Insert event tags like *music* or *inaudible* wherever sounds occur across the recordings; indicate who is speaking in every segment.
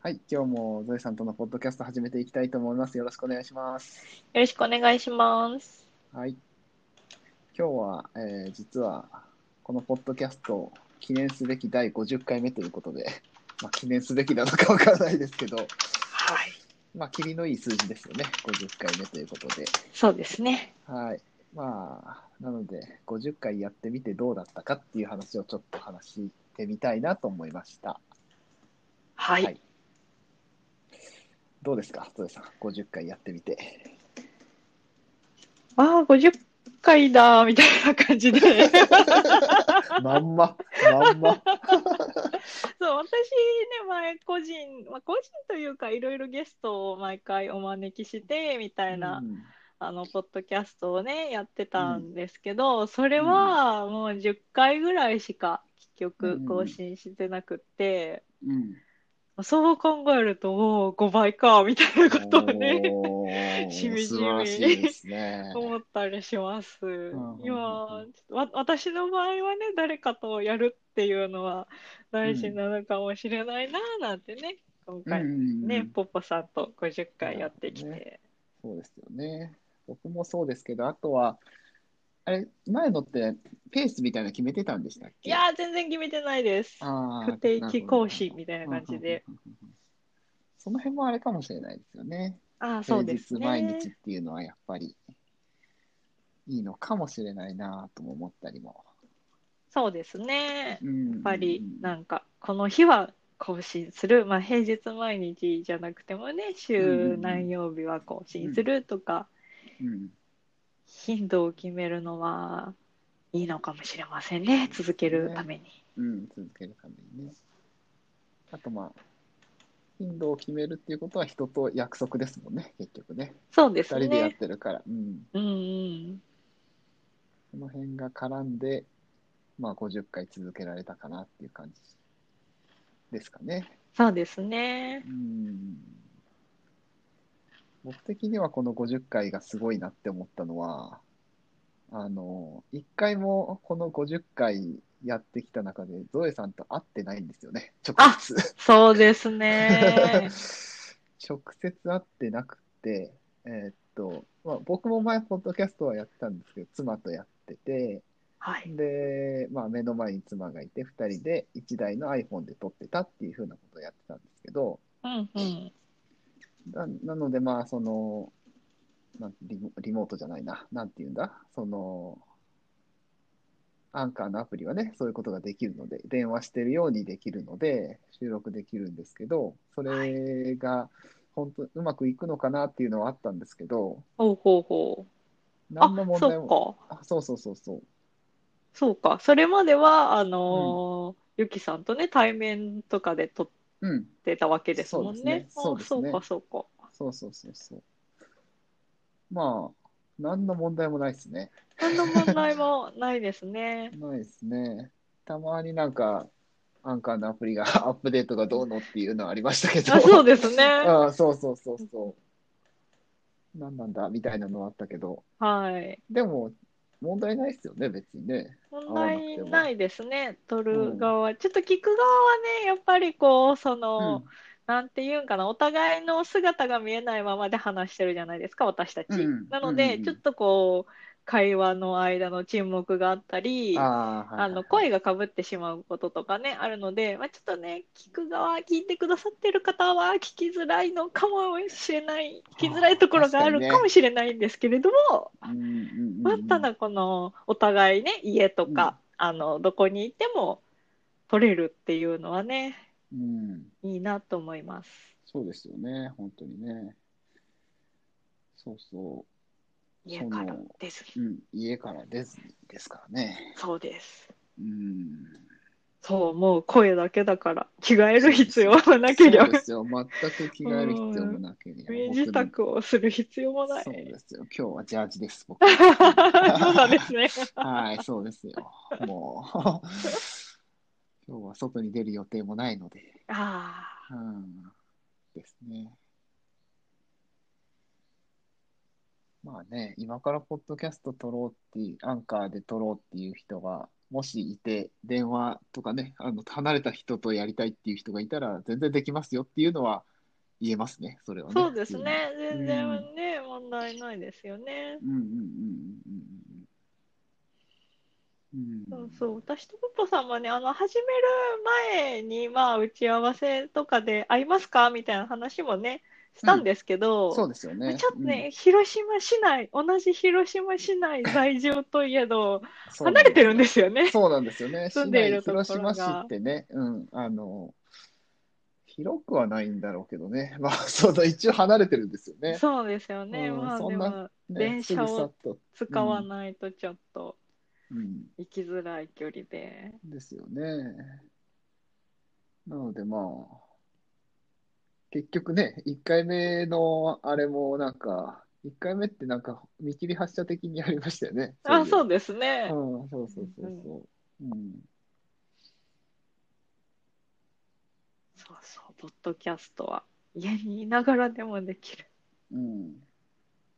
Speaker 1: はい、今日もゾエさんとのポッドキャスト始めていきたいと思います。よろしくお願いします。
Speaker 2: よろしくお願いします。
Speaker 1: はい。今日は、えー実は、このポッドキャストを記念すべき第50回目ということで、 *laughs* まあ、記念すべきなのかわからないですけど、 *laughs*
Speaker 2: はい。
Speaker 1: まあ、切りのいい数字ですよね。50回目ということで。
Speaker 2: そうですね。
Speaker 1: はい。まあ、なので、50回やってみてどうだったかっていう話をちょっと話してみたいなと思いました。
Speaker 2: はい。
Speaker 1: はいどうですか、ゾエさん。50回やってみて。
Speaker 2: *laughs* わあ、50回だーみたいな感 *laughs* じで。
Speaker 1: まんま、ま
Speaker 2: *laughs*
Speaker 1: んま。
Speaker 2: そう、私ね、前個人、まあ、個人というか、いろいろゲストを毎回お招きして、みたいな、
Speaker 1: うん
Speaker 2: あの、ポッドキャストをね、やってたんですけど、それはもう10回ぐらいしか、結局、更新してなくって、
Speaker 1: うん
Speaker 2: そう考えると、もう5倍か、みたいなことをね。
Speaker 1: おー
Speaker 2: しみじみ
Speaker 1: 素晴らしいですね。
Speaker 2: 思ったりします。
Speaker 1: んうん
Speaker 2: 今、ちょっとわ私の場合はね、誰かとやるっていうのは大事なのかもしれないなぁなんてね、今
Speaker 1: うんう
Speaker 2: 回
Speaker 1: んう
Speaker 2: ね、
Speaker 1: ん、
Speaker 2: ポッポさんと50回やってきて、
Speaker 1: なるそうですよね。僕もそうですけど、あとは、あれ、前のってペースみたいなの決めてたんでしたっけ
Speaker 2: いやー、全然決めてないです。
Speaker 1: あー
Speaker 2: 不定期更新みたい
Speaker 1: な
Speaker 2: な
Speaker 1: るほど
Speaker 2: 感じで。。
Speaker 1: うんうんうんうんその辺もあれかもしれないですよね。
Speaker 2: ああ、そうです
Speaker 1: 平日
Speaker 2: ね。
Speaker 1: 毎日っていうのはやっぱりいいのかもしれないなぁとも思ったりも。
Speaker 2: そうですね。
Speaker 1: うんうんうん
Speaker 2: やっぱり、なんか、この日は更新する。まあ、平日毎日じゃなくても
Speaker 1: う
Speaker 2: ね、
Speaker 1: んうんう
Speaker 2: 週
Speaker 1: ん
Speaker 2: 何曜日は更新するとか、
Speaker 1: うん
Speaker 2: 頻度を決めるのはいいのかもしれませんね続けるために、
Speaker 1: うん、続けるためにね。あとまあ、頻度を決めるっていうことは人と約束ですもんね、結局ね。
Speaker 2: そうで
Speaker 1: 二
Speaker 2: す
Speaker 1: 人でやっ
Speaker 2: ね
Speaker 1: てるから。うん。
Speaker 2: うんうん
Speaker 1: その辺が絡んで、まあ50回続けられたかなっていう感じですかね。
Speaker 2: そうですね
Speaker 1: うん。僕的にはこの50回がすごいなって思ったのは、あの、一回もこの50回やってきた中で、ゾエさんと会ってないんですよね、直接。
Speaker 2: そうで
Speaker 1: *laughs*
Speaker 2: すね
Speaker 1: 直接会ってなくて、えーっと、まあ、僕も前、ポッドキャストはやってたんですけど、妻とやってて、
Speaker 2: はい
Speaker 1: で、まあ、目の前に妻がいて、2人で1台の iPhone で撮ってたっていうふうなことをやってたんですけど、
Speaker 2: うんうん
Speaker 1: ななので、まあ、そのなんリモ、リモートじゃないな、なんていうんだ、その、アンカーのアプリはね、そういうことができるので、電話してるようにできるので、収録できるんですけど、それが本当、うまくいくのかなっていうのはあったんですけど、
Speaker 2: ほうほうほうあ
Speaker 1: 何の問題も、
Speaker 2: そうか
Speaker 1: あそうそうそうそう、
Speaker 2: そうかそれまではあのーゆきさんとね対面とかで撮っ
Speaker 1: うん、
Speaker 2: てたわけですもんね
Speaker 1: そうですね
Speaker 2: あそうかそうか
Speaker 1: そうそうそうそう。まあ、何の問題もないですね。
Speaker 2: 何の問題もないですね
Speaker 1: ないですね。たまになんか、アンカーのアプリが *laughs* アップデートがどうのっていうのはありましたけど。
Speaker 2: あそうです
Speaker 1: *laughs*
Speaker 2: ね
Speaker 1: あそうそうそうそう。なんなんだみたいなのあったけど。
Speaker 2: はい
Speaker 1: でも、問題ないですよね、別にね。
Speaker 2: 問
Speaker 1: わなく
Speaker 2: 題
Speaker 1: ても
Speaker 2: ないですね、取
Speaker 1: うん
Speaker 2: る側、ちょっと聞く側はね、やっぱりこう、その、なんていうんかな、お互いの姿が見えないままで話してるじゃないですか、私たち。
Speaker 1: うん
Speaker 2: なの
Speaker 1: うんう
Speaker 2: で、
Speaker 1: んうん
Speaker 2: ちょっとこう、会話の間の沈黙があった
Speaker 1: う
Speaker 2: り、
Speaker 1: ん、あー、はいはいはい
Speaker 2: あの声がかぶってしまうこととかね、あるので、まあ、ちょっとね、聞く側、聞いてくださってる方は、聞きづらいのかもしれない、聞きづらいところがあ
Speaker 1: 確
Speaker 2: る
Speaker 1: かにね
Speaker 2: かもしれないんですけれども、
Speaker 1: うんうんうん
Speaker 2: まあ、ただこのお互いね家と
Speaker 1: うん
Speaker 2: か、あのどこにいても取れるっていうのはね
Speaker 1: うん。
Speaker 2: いいなと思います。
Speaker 1: そうですよね、本当にね。そうそ
Speaker 2: 家から
Speaker 1: そう
Speaker 2: です。
Speaker 1: う。うん、家から出ずにですからね。
Speaker 2: そうです。
Speaker 1: うん。
Speaker 2: そうもう声だけだから着替える必要はなければ
Speaker 1: そうですよ。全く着替える必要もなければ。
Speaker 2: 身支度をする必要もない。
Speaker 1: そうですよ。今日はジャージです、僕。
Speaker 2: そうなんです
Speaker 1: *laughs*
Speaker 2: ね。
Speaker 1: はい、そうですよ。もう。 *laughs* 今日は外に出る予定もないので。
Speaker 2: ああ
Speaker 1: うん。ですね。まあね、今からポッドキャスト撮ろうっていう、アンカーで撮ろうっていう人が、もしいて、電話とかね、あの、離れた人とやりたいっていう人がいたら、全然できますよっていうのは言えますね、それはね。
Speaker 2: そうです
Speaker 1: 普通に。
Speaker 2: ね。全
Speaker 1: う
Speaker 2: 然ね、問題ないですよね。
Speaker 1: うんうんうんうんうんうん。う。
Speaker 2: そうんそう私とポッポさんもね、あの始める前に、まあ、打ち合わせとかで会いますかみたいな話もね、したんですけど、
Speaker 1: そうですよね。
Speaker 2: ちょっと
Speaker 1: うん
Speaker 2: ね、広島市内、同じ広島市内在住といえど、
Speaker 1: そうな
Speaker 2: 離
Speaker 1: んです
Speaker 2: れてるんですよね。
Speaker 1: そうなんですよね。
Speaker 2: *laughs* 住んでいる
Speaker 1: 市内
Speaker 2: ところが
Speaker 1: 広島市ってね、うん、あの、広くはないんだろうけどね。 *laughs* まあ、そうだ、一応離れてるんですよね。
Speaker 2: そうですよね。
Speaker 1: うん
Speaker 2: まあ、
Speaker 1: そ
Speaker 2: で
Speaker 1: んな
Speaker 2: も、
Speaker 1: ね、
Speaker 2: 電車を
Speaker 1: すぐさっと。
Speaker 2: 使わないとちょっと
Speaker 1: うん、
Speaker 2: 行きづらい距離で。
Speaker 1: ですよね。なのでまあ、結局ね、1回目のあれもなんか、1回目ってなんか見切り発車的にやりましたよね。
Speaker 2: あ、そう
Speaker 1: う
Speaker 2: ですね。
Speaker 1: いう。うん、そうそうそうそう。うん。
Speaker 2: そうそう、ポッドキャストは家にいながらでもできる。
Speaker 1: うん。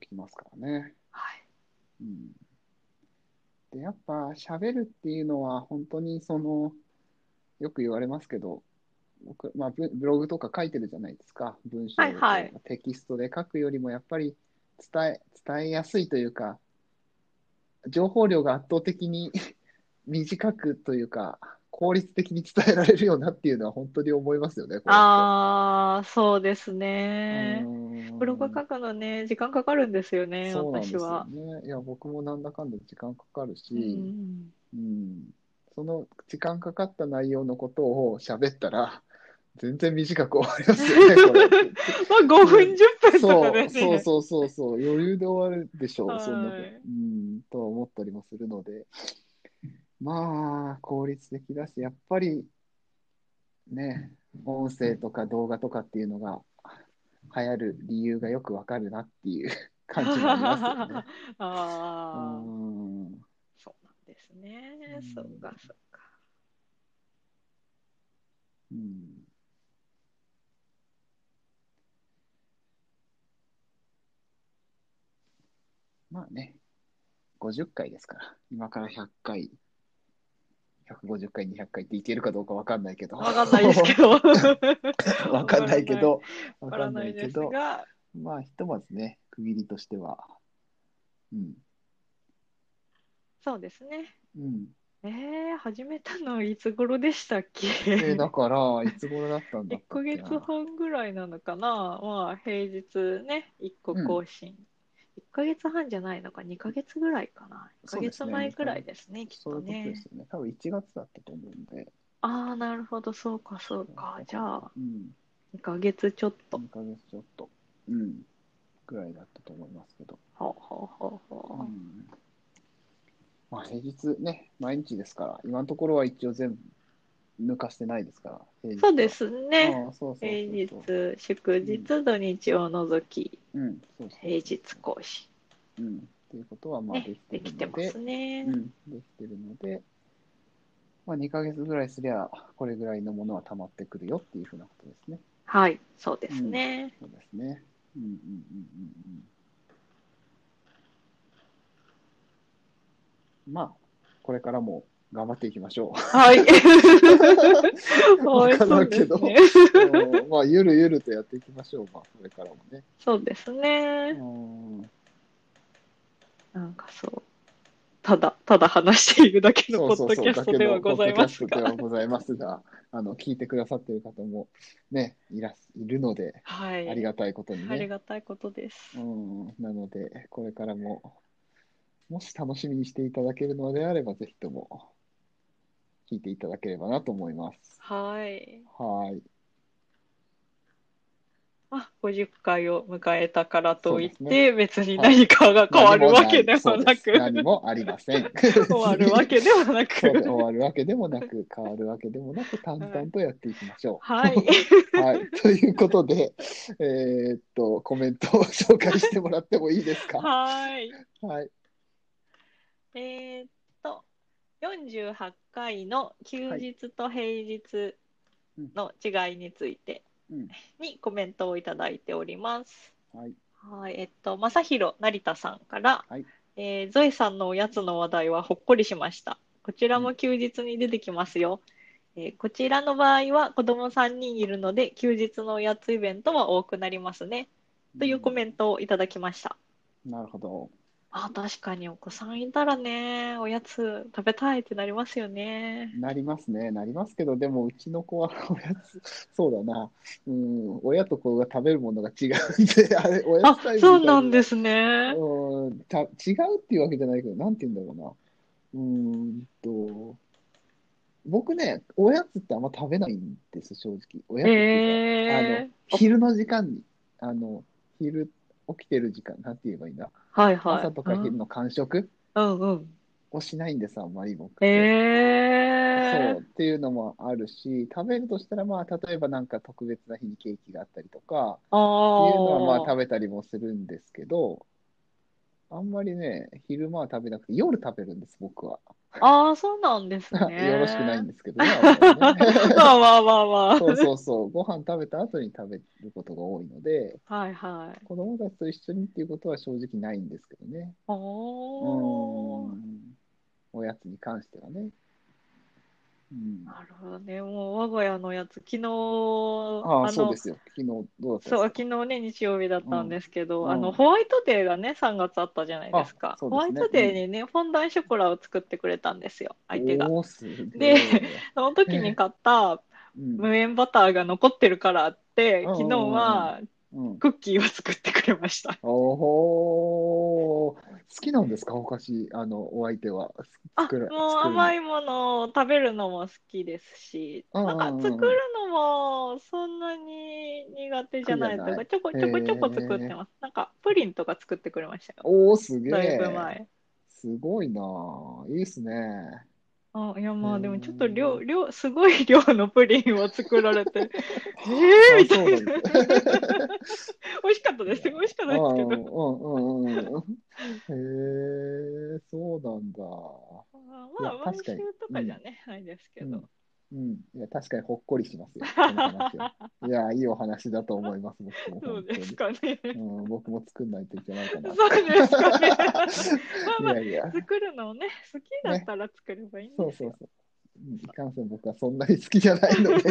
Speaker 1: できますからね。
Speaker 2: はい。
Speaker 1: うん。で、やっぱ喋るっていうのは本当にその、よく言われますけど、僕、まあ、ブブログとか書いてるじゃないですか。文章
Speaker 2: はいはい
Speaker 1: テキストで書くよりもやっぱり伝え、伝えやすいというか、情報量が圧倒的に *laughs* 短くというか、効率的に伝えられるようなっていうのは本当に思いますよね、これって
Speaker 2: ああ、そうです
Speaker 1: う
Speaker 2: ね。
Speaker 1: ーん
Speaker 2: ブログ書くのね、時間かかるんですよね、
Speaker 1: そうなんで
Speaker 2: 私
Speaker 1: すよ
Speaker 2: は。
Speaker 1: ね。いや、僕もなんだかんだ時間かかるし、
Speaker 2: うん
Speaker 1: うん、その時間かかった内容のことを喋ったら、全然短く終わりますよね、これ。
Speaker 2: *laughs* まあ、5分、10分と
Speaker 1: そ
Speaker 2: か
Speaker 1: う、
Speaker 2: です
Speaker 1: そう
Speaker 2: ね。
Speaker 1: そうそうそう、余裕で終わるでしょ
Speaker 2: は
Speaker 1: う、
Speaker 2: い
Speaker 1: そんなこと、うん、とは思ったりもするので、まあ、効率的だし、やっぱりね、音声とか動画とかっていうのが流行る理由がよくわかるなっていう感じがありますよ
Speaker 2: *laughs*
Speaker 1: ね。う
Speaker 2: ああ、
Speaker 1: ん
Speaker 2: そうなんですね。
Speaker 1: うん
Speaker 2: そうか、そうか。
Speaker 1: うんまあね、50回ですから、今から100回、150回、200回っていけるかどうかわかんないけど、
Speaker 2: わかんないですけど。わ
Speaker 1: ど、 *laughs* わかんないけど、わか
Speaker 2: か
Speaker 1: らんな
Speaker 2: ないい
Speaker 1: け
Speaker 2: です
Speaker 1: ど、
Speaker 2: が、
Speaker 1: まあひとまずね、区切りとしては、うん、
Speaker 2: そうですね。
Speaker 1: うん。
Speaker 2: えー、始めたのいつ頃でしたっけ
Speaker 1: えーだから、いつ頃だったんだ
Speaker 2: 1
Speaker 1: ったっ
Speaker 2: ヶ
Speaker 1: け
Speaker 2: 月
Speaker 1: な。
Speaker 2: 半ぐらいなのかな、まあ、平日ね、1個更新。1ヶ月半じゃないのか、2ヶ月ぐらいかな。1ヶ
Speaker 1: そうですね
Speaker 2: 月前ぐらいですね、きっ
Speaker 1: そういうこと
Speaker 2: と
Speaker 1: で
Speaker 2: ね
Speaker 1: す。よね。多分1月だったと思うんで。
Speaker 2: ああ、なるほど、そうか、そうか。じゃあ、
Speaker 1: うん。
Speaker 2: 2ヶ月ちょっと。
Speaker 1: 2ヶ月ちょっと、うん、ぐらいだったと思いますけど、
Speaker 2: ほうほうほう
Speaker 1: う
Speaker 2: ほう。
Speaker 1: ん、まあ平日ね、毎日ですから、今のところは一応全部抜かしてないですから、平日は
Speaker 2: そうで。すね。
Speaker 1: ああそうそうそうそう
Speaker 2: 平日、祝日、土日を除き、
Speaker 1: うん、そうそう
Speaker 2: 平日更新。
Speaker 1: うん。っていうことはまあ
Speaker 2: ね
Speaker 1: で、
Speaker 2: で
Speaker 1: き
Speaker 2: き
Speaker 1: て
Speaker 2: て
Speaker 1: るの
Speaker 2: ま
Speaker 1: で、
Speaker 2: すね
Speaker 1: う。ん、できてるので、まあ2ヶ月ぐらいすりゃ、これぐらいのものは溜まってくるよっていうふうなことですね。
Speaker 2: はい、そうですね。
Speaker 1: そうですね。うんうんうんうんうん。まあ、これからも頑張っていきまし
Speaker 2: *laughs*
Speaker 1: ょ
Speaker 2: はい。
Speaker 1: わ
Speaker 2: はい、 *laughs*
Speaker 1: かん
Speaker 2: そ
Speaker 1: な
Speaker 2: う
Speaker 1: いけ
Speaker 2: で
Speaker 1: ど
Speaker 2: すね。
Speaker 1: う。うんまあ、ゆるゆるとやっていきましょう。まあ、これからもね。
Speaker 2: そうです
Speaker 1: う
Speaker 2: ね。
Speaker 1: ん。
Speaker 2: なんかそう。ただ、ただ話しているだけの
Speaker 1: そ
Speaker 2: ポ
Speaker 1: うそ
Speaker 2: ッ
Speaker 1: う
Speaker 2: ド
Speaker 1: そ
Speaker 2: キ
Speaker 1: う。
Speaker 2: ャストではございます
Speaker 1: だけどポッドキャストでは
Speaker 2: が。
Speaker 1: ございますが、あの、聞いてくださってる方もね、いらっいるので、
Speaker 2: はい。
Speaker 1: ありがたいことに
Speaker 2: あり
Speaker 1: ね。
Speaker 2: がたいことです
Speaker 1: う。ん。なので、これからも、もし楽しみにしていただけるのであれば、ぜひとも聞いていただければなと思います。
Speaker 2: はい。
Speaker 1: はい。
Speaker 2: まあ、50回を迎えたからといっ
Speaker 1: そうで
Speaker 2: て、別に何かが変わるわけでもなく、
Speaker 1: 何もないそうです何もありません。
Speaker 2: *laughs* 終わるわけでもな
Speaker 1: *laughs* そうで
Speaker 2: く
Speaker 1: 終。わるわけでもなく、変わるわけでもなく、淡々とやっていきましょ *laughs*
Speaker 2: はい。
Speaker 1: う。はい。ということで、えーっと、コメントを紹介してもらってもいいですか。
Speaker 2: はい。
Speaker 1: はい。
Speaker 2: えーっと、48回の休日と平日の違いについて
Speaker 1: うん。
Speaker 2: にコメントをいただいております。
Speaker 1: はい。
Speaker 2: はい、えっと、正弘成田さんから、
Speaker 1: はい
Speaker 2: えーゾエさんのおやつの話題はほっこりしました。ここちらも休日に出てきますよ。えーこちらの場合は子供3人いるので、休日のおやつイベントは多くなりますね。というコメントをいただきました。
Speaker 1: なるほど。
Speaker 2: あ、確かにお子さんいたらね、おやつ食べたいってなりますよね。
Speaker 1: なりますね。なりますけど、でもうちの子は *laughs* おやつ、そうだな。うん、親と子が食べるものが違うんで、 *laughs* あれ、おや
Speaker 2: あ
Speaker 1: つタイ、ム。
Speaker 2: そうなんですすね。
Speaker 1: うん、た、違うっていうわけじゃないけど、なんて言うんだろうな。うーんと、僕ね、おやつってあんま食べないんです、正直。おやつっていうか、あ
Speaker 2: え
Speaker 1: の、昼の時間に、あの、昼、起きてる時間、なんて言えばいいんだ。
Speaker 2: ー、はいはい。
Speaker 1: 朝とか昼の間食
Speaker 2: うんうんうん。
Speaker 1: をしないんです、あんまり僕。
Speaker 2: え
Speaker 1: そうっていうのもあるし、食べるとしたら、まあ、例えばなんか特別な日にケーキがあったりとか、
Speaker 2: ー、
Speaker 1: って
Speaker 2: ああ
Speaker 1: いうのはまあ食べたりもするんですけど、あんまりね、昼間は食べなくて、夜食べるんです、僕は。
Speaker 2: ああ、そうなんです
Speaker 1: *laughs*
Speaker 2: ね。
Speaker 1: よろしくないんですけど
Speaker 2: *laughs*
Speaker 1: ね。あんまりね
Speaker 2: まあまあまあまあ。
Speaker 1: そうそうそう、ご飯食べた後に食べることが多いので、 *laughs*
Speaker 2: はいはい。
Speaker 1: 子供たちと一緒にっていうことは正直ないんですけどね。うー
Speaker 2: おー。
Speaker 1: ん。おやつに関してはね。うん。
Speaker 2: なるほどね。もう我が家のやつ、昨日、
Speaker 1: あ
Speaker 2: あ
Speaker 1: あ、そう
Speaker 2: の
Speaker 1: で、すよ。昨日どうだった
Speaker 2: そう、
Speaker 1: ですか
Speaker 2: 昨日ね、日曜日だったんですけど、
Speaker 1: うん
Speaker 2: あ
Speaker 1: うん
Speaker 2: の、ホワイトデーがね、3月あったじゃないですか。
Speaker 1: あそう
Speaker 2: ホ
Speaker 1: ですね
Speaker 2: ワイトデーにね、フォンダンショコラを作ってくれたんですよ、相手が。
Speaker 1: おーすげー
Speaker 2: でその時に買った
Speaker 1: うん
Speaker 2: 無塩バターが残ってるからって、
Speaker 1: うん
Speaker 2: 昨日は
Speaker 1: うん、
Speaker 2: クッキーを作ってくれました。
Speaker 1: おほー好きなんですかお菓子、あの、お相手は。
Speaker 2: あ、
Speaker 1: 作る
Speaker 2: もう
Speaker 1: 作る
Speaker 2: 甘いものを食べるのも好きですし、
Speaker 1: うん
Speaker 2: な
Speaker 1: うんん
Speaker 2: か
Speaker 1: うん
Speaker 2: 作るのもそんなに苦手じゃないというか、ちょこちょこちょこ作ってます。なんかプリンとか作ってくれましたよ。
Speaker 1: おーすげ
Speaker 2: だい
Speaker 1: え。
Speaker 2: ぶ前。
Speaker 1: すごいなあいいっすね。
Speaker 2: あ、いやま
Speaker 1: へ
Speaker 2: あ
Speaker 1: ー
Speaker 2: でもちょっと量、量、すごい量のプリンを作られて、え
Speaker 1: *laughs* あ
Speaker 2: ーみた
Speaker 1: そう
Speaker 2: い
Speaker 1: なん
Speaker 2: *laughs* な。
Speaker 1: です
Speaker 2: 美味しかったです。美味しかっ
Speaker 1: う
Speaker 2: *laughs* たです
Speaker 1: ん
Speaker 2: けど。
Speaker 1: うんうんうん。へえ、そうなんだ。
Speaker 2: あまあ、
Speaker 1: いや
Speaker 2: 毎
Speaker 1: 確か
Speaker 2: 週
Speaker 1: に
Speaker 2: とかじゃね、ないですけど。
Speaker 1: うん。いや、確かにほっこりしますよ。この話は。いや、いいお話だと思います、僕も
Speaker 2: *laughs* そう
Speaker 1: 本当
Speaker 2: です
Speaker 1: に。
Speaker 2: かね。
Speaker 1: うん、僕も作んないといけ *laughs* ないかな。
Speaker 2: そうですかね。
Speaker 1: い
Speaker 2: まあまあ
Speaker 1: やいや。
Speaker 2: 作るのをね、好きだったら作ればいいん
Speaker 1: そう
Speaker 2: です
Speaker 1: そう
Speaker 2: よ。
Speaker 1: そう。うんいかんせん僕はそんなに好きじゃないので。
Speaker 2: *laughs*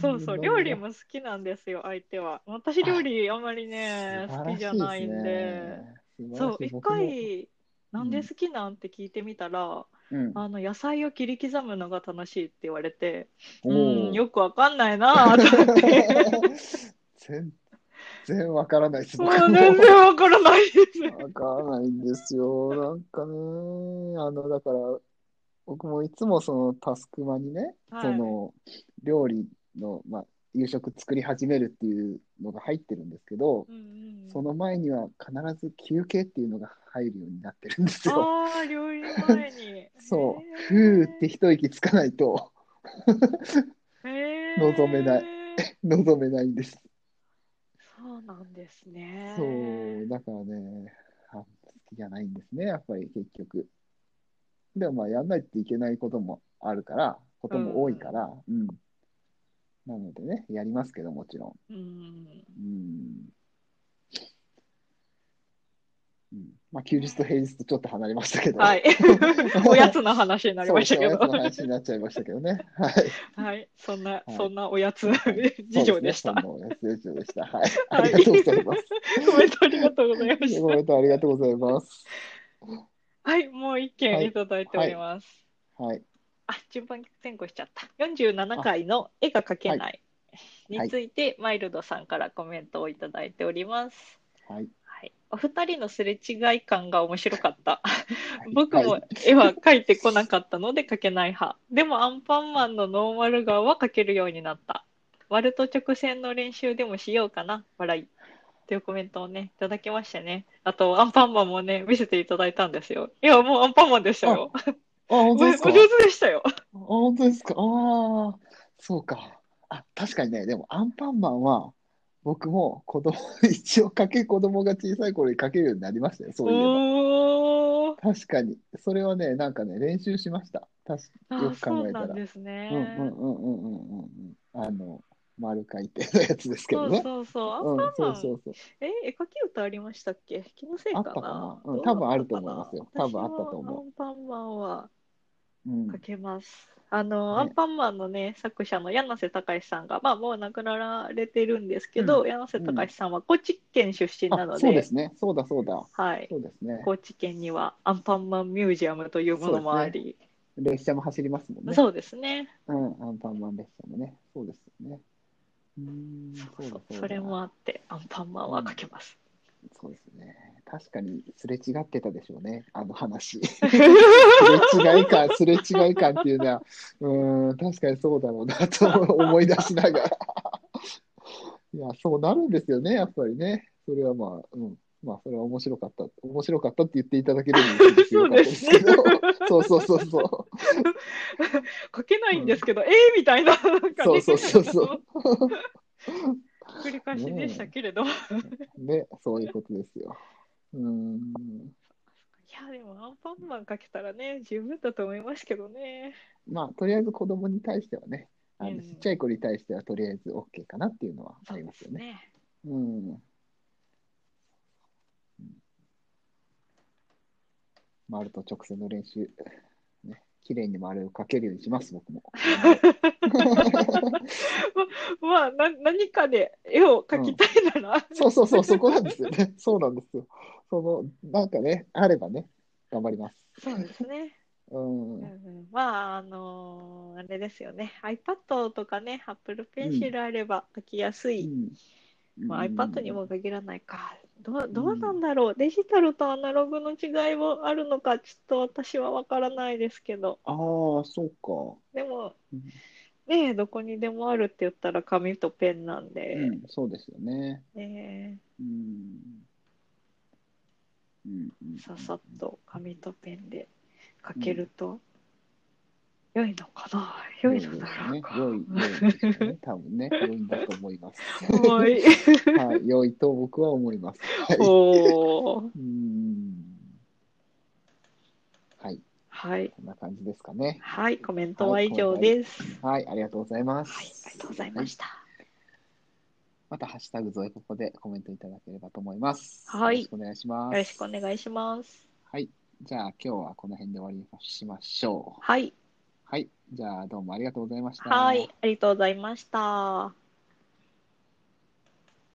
Speaker 2: そうそう、料理も好きなんですよ、相手は。私、料理あんまりね、
Speaker 1: 素晴ら
Speaker 2: 好
Speaker 1: し
Speaker 2: きじゃない
Speaker 1: い
Speaker 2: んで。
Speaker 1: ですね。
Speaker 2: そう、一
Speaker 1: 一
Speaker 2: 回、なんで好きなんって聞いてみたら、
Speaker 1: うん、
Speaker 2: あの、野菜を切り刻むのが楽しいって言われて、
Speaker 1: お
Speaker 2: うん、
Speaker 1: ー
Speaker 2: よくわかんないなぁと思って。
Speaker 1: *laughs* 全然わからないです。
Speaker 2: も
Speaker 1: 僕
Speaker 2: う
Speaker 1: も
Speaker 2: 全然わからないです。
Speaker 1: わからないんですよ。なんかね、あの、だから、僕もいつもそのタスクマにね、
Speaker 2: はい
Speaker 1: *laughs* その料理の、まあ、夕食作り始めるっていうのが入ってるんですけど、
Speaker 2: うんうんうん
Speaker 1: その前には必ず休憩っていうのが入るようになってるんですよ。
Speaker 2: ああ、料理前に。
Speaker 1: *laughs* そう。ふ
Speaker 2: へ
Speaker 1: ーって一息つかないと *laughs*
Speaker 2: え
Speaker 1: 望めない。望めないんです。
Speaker 2: そうなんですね。
Speaker 1: そう、だからね、あ好きじゃないんですね、やっぱり結局。でもまあ、やんないといけないこともあるから、ことも多いから、うん。なのでね、やりますけど、もちろ
Speaker 2: うん。
Speaker 1: ん。うん。うん、まあ、休日と平日とちょっと離れましたけど。。
Speaker 2: はい
Speaker 1: *laughs*
Speaker 2: おやつの話になり
Speaker 1: そう
Speaker 2: まし
Speaker 1: そ
Speaker 2: た
Speaker 1: う
Speaker 2: け
Speaker 1: おやつ
Speaker 2: ど。
Speaker 1: の話になっちゃいましたけどね。はい。
Speaker 2: はい。そんな、
Speaker 1: い
Speaker 2: そんなおやつ
Speaker 1: はい
Speaker 2: 事情でした。
Speaker 1: そうですねそんなおやつ事情でした。はい。ありがとうござい
Speaker 2: *laughs*
Speaker 1: ます。
Speaker 2: コメントありがとうございまし
Speaker 1: コメントありがとうございます。
Speaker 2: た。はい。もう一件いただいております。
Speaker 1: はい。
Speaker 2: あ、順番前後しちゃった。47回の絵が描けない
Speaker 1: は
Speaker 2: に
Speaker 1: い
Speaker 2: ついて、マイルドさんからコメントをいただいております。
Speaker 1: はい。
Speaker 2: はい、お二人のすれ違い感が面白かった。僕
Speaker 1: は
Speaker 2: も
Speaker 1: い
Speaker 2: 絵は描いてこなかったので描けない派。でもアンパンマンのノーマル側は描けるようになった。割と直線の練習でもしようかな。笑い。というコメントをね、いただきましてね。あと、アンパンマンもね、見せていただいたんですよ。いや、もうアンパンマンでしたよ。
Speaker 1: あ、本
Speaker 2: お
Speaker 1: 当
Speaker 2: *laughs* お
Speaker 1: で
Speaker 2: 上
Speaker 1: すか。
Speaker 2: 手でしたよ。
Speaker 1: あ本当ですか。ああ、そうか。あ、確かにね、でもアンパンマンは、僕も子供、一応かけ、子供が小さい頃にかけるようになりましたよ、そういえば。
Speaker 2: おー。
Speaker 1: 確かに。それはね、なんかね、練習しました。確か
Speaker 2: あ
Speaker 1: よ
Speaker 2: ー、
Speaker 1: く考
Speaker 2: そう
Speaker 1: えた
Speaker 2: なん
Speaker 1: ら。
Speaker 2: ですね
Speaker 1: うんうんうんうんうんうんうん。あの、丸書いてのやつですけ
Speaker 2: そ
Speaker 1: ど
Speaker 2: う
Speaker 1: ね。
Speaker 2: そうそう。アン
Speaker 1: うん
Speaker 2: パン、
Speaker 1: そ
Speaker 2: マ
Speaker 1: う
Speaker 2: ン。
Speaker 1: そうそう。
Speaker 2: え、絵描き歌ありましたっけ気のせいかな
Speaker 1: あったかなうん
Speaker 2: どうだ
Speaker 1: 多
Speaker 2: ったかな
Speaker 1: 分あると思いますよ多分あったと思う
Speaker 2: 私はアンパンマンは
Speaker 1: うん、
Speaker 2: 描けます。あの、
Speaker 1: ね
Speaker 2: アンパンマンのね、作者の柳瀬隆さんが、まあもう亡くなられてるんですけど、柳瀬隆さんは高知県出身なの
Speaker 1: あ
Speaker 2: で、
Speaker 1: そうですね。そうだそうだ。
Speaker 2: はい。
Speaker 1: そうですね。
Speaker 2: 高知県にはアンパンマンミュージアムというものもあり、
Speaker 1: 列車も走りますもんね。
Speaker 2: そうですね。
Speaker 1: うん、アンパンマン列車もね。そうですよね。うーん、そうだそうだ。
Speaker 2: それもあって、アンパンマンは描けます。
Speaker 1: そうですね。確かにすれ違ってたでしょうね、あの話。すれ違い感、すれ違い感っていうのは、うーん、確かにそうだろうなと思い出しながら。 *laughs* いや、そうなるんですよね、やっぱりね。それはまあ、うん。まあ、それは面白かった。面白かったって言っていただけるのに
Speaker 2: *laughs* そうですね
Speaker 1: よかったですけど。そうそうそうそう。
Speaker 2: *laughs* 描けないんですけど、えーみたいな、なんかね
Speaker 1: そうそうそうそう。
Speaker 2: 繰り返しでしたけれども。
Speaker 1: ね、そういうことですよ。うーん。
Speaker 2: いや、でもアンパンマンかけたらね、十分だと思いますけどね。
Speaker 1: まあ、とりあえず子供に対してはね、あ
Speaker 2: うん
Speaker 1: のちっちゃい子に対してはとりあえず OK かなっていうのはありますよね。
Speaker 2: ね。
Speaker 1: うん。丸と直線の練習。ね、綺麗に丸を描けるようにします、
Speaker 2: *laughs*
Speaker 1: 僕も。
Speaker 2: まあな、何かで絵を描きたいなら、
Speaker 1: そうそうそう、そこなんですよね。そうなんですよ。その、なんかね、あればね、頑張ります。
Speaker 2: そうですね。
Speaker 1: うん。う
Speaker 2: う
Speaker 1: んん
Speaker 2: うんまあ、あのーあれですよね。iPad とかね、Apple Pencil あれば描きやすい。まあ、iPad にも限らないか。どうどうなんだろう、デジタルとアナログの違いもあるのか、ちょっと私は分からないですけど、
Speaker 1: ああ、そうか。
Speaker 2: でも
Speaker 1: うん、
Speaker 2: ねえ、どこにでもあるって言ったら紙とペンなんで、
Speaker 1: うん、そうですよね。
Speaker 2: ね
Speaker 1: うん。うんうん
Speaker 2: えさっさっと紙とペンで書けると、良いのかな良いのだろうか。
Speaker 1: 良いですね良い、良いですね。多分ね、
Speaker 2: *laughs*
Speaker 1: 良いんだと思います。
Speaker 2: おい。
Speaker 1: *laughs* はい、良いと僕は思い
Speaker 2: *laughs*
Speaker 1: ます。 *laughs* はい。う
Speaker 2: おー
Speaker 1: ーん。はい、
Speaker 2: はい。
Speaker 1: こんな感じですかね。
Speaker 2: はい、コメントは以上です。
Speaker 1: はい、ありがとうございま
Speaker 2: はい、
Speaker 1: す。
Speaker 2: ありがとうございました。
Speaker 1: またハッシュタグゾエポポでコメントいただければと思います。
Speaker 2: は
Speaker 1: よ
Speaker 2: い
Speaker 1: ろしくお願いします。
Speaker 2: よろしくお願いします。
Speaker 1: はい、じゃあ今日はこの辺で終わりにしましょう。
Speaker 2: はい。
Speaker 1: はい、じゃあどうもありがとうございました。
Speaker 2: はい、ありがとうございました。